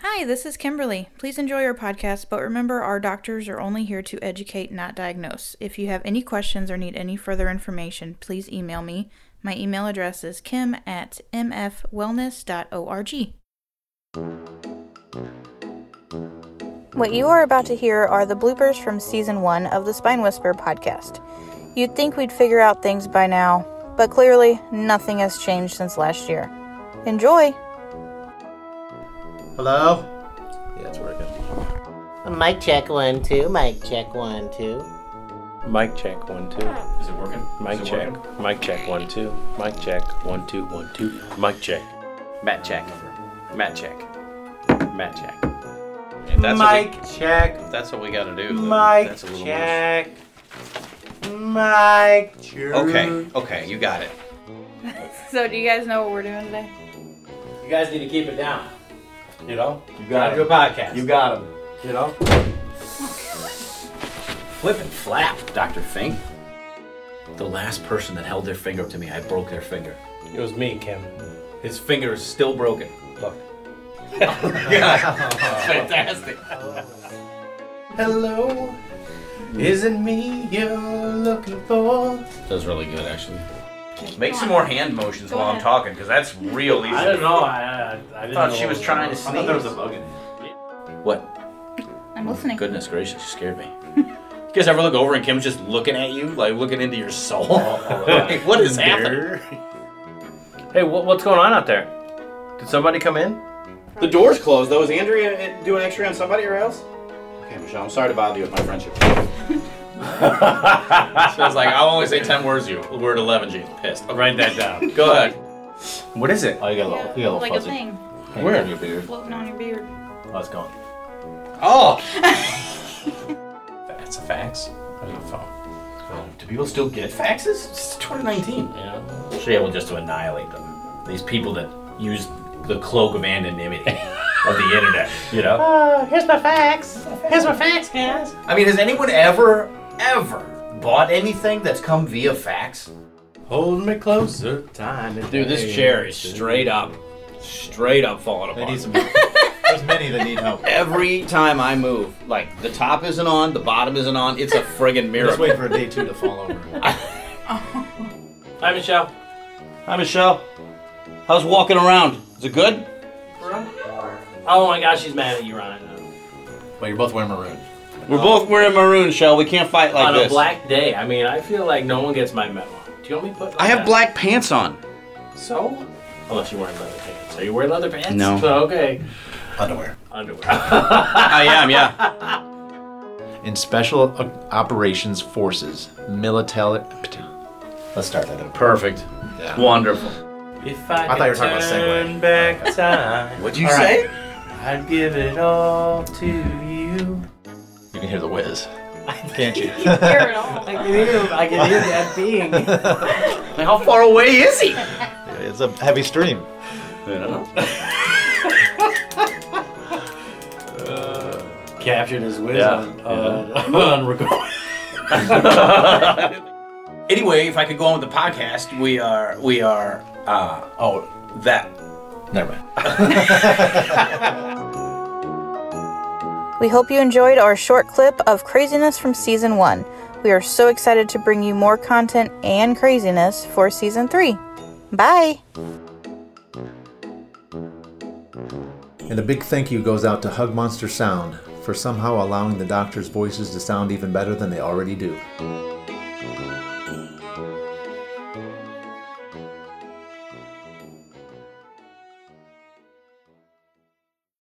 Hi, this is Kimberly. Please enjoy your podcast, but remember our doctors are only here to educate, not diagnose. If you have any questions or need any further information, please email me. My email address is kim at mfwellness.org. What you are about to hear are the bloopers from season one of the Spine Whisper podcast. You'd think we'd figure out things by now, but clearly nothing has changed since last year. Enjoy! Hello? Yeah, it's working. Mic check one two. Mic check one two. Mic check one two. Is it working? Mic Is it check. working? Mic check one two. Mic check one two one two. Mic check. Mat check. Mat check. Mat check. If that's what Mic check. we, if that's what we gotta do. then Mic that's a little check. Mic check. Worse. Okay, okay, you got it. So, do you guys know what we're doing today? You guys need to keep it down. You know? You got Do a podcast. You got him. You know? Flip and flap, Dr. Fink. The last person that held their finger up to me, I broke their finger. It was me, Kim. His finger is still broken. Look. Fantastic. Hello. Is it me you're looking for? That was really good, actually. Make some more hand motions while I'm talking, because that's real easy. I don't know. I, I, I didn't thought know she was what- trying to sneeze. bug in What? I'm listening. Goodness gracious, you scared me. You guys ever look over and Kim's just looking at you, like looking into your soul? like, what is happening? Hey, wha what's going on out there? Did somebody come in? The door's closed, though. Is Andrea uh, doing X-ray on somebody or else? Okay, Michelle, I'm sorry to bother you with my friendship. So I was like, I'll only say 10 words to you. Word 11, she's pissed. Okay, Write that down. go ahead. What is it? Oh, you got a little, you got a little like fuzzy. a thing Where? Your beard. floating on your beard. Oh, it's gone. Oh! That's a fax. I didn't phone. Um, Do people still get faxes? It's 2019. Yeah. Should be able just to annihilate them. These people that use the cloak of anonymity of the internet. You know. Oh, here's my facts. Here's my facts, guys. I mean, has anyone ever, ever bought anything that's come via fax? Hold me closer. Time is Dude, this chair is straight up, straight up falling apart. There's many that need help. Every time I move, like the top isn't on, the bottom isn't on. It's a friggin' Just miracle. wait for a day two to fall over. Hi, Michelle. Hi, Michelle. How's walking around? Is it good? Oh my gosh, she's mad at you, Ron. But you're both wearing maroon. We're both wearing maroon, Shell. We can't fight like on this. a black day, I mean, I feel like no one gets my memo. Do you want me to put? I have that? black pants on. So, unless you're wearing leather pants, are you wearing leather pants? No. So, okay. Underwear. Underwear. I am, yeah. In Special O- Operations Forces, military. Let's start that over. Perfect. Yeah. Wonderful. If I, I thought you were talking about turn back time, What'd you All say? right. I'd give it all to you. You can hear the whiz. Can't you? I can hear, I can hear that being. Like, how far away is he? I it's a heavy stream. don't know. Captured his whiz Yeah, on, on, on record. Anyway, if I could go on with the podcast, we are, we are, uh, oh, that. Never mind. We hope you enjoyed our short clip of craziness from season one. We are so excited to bring you more content and craziness for season three. Bye! And a big thank you goes out to Hug Monster Sound for somehow allowing the doctors' voices to sound even better than they already do.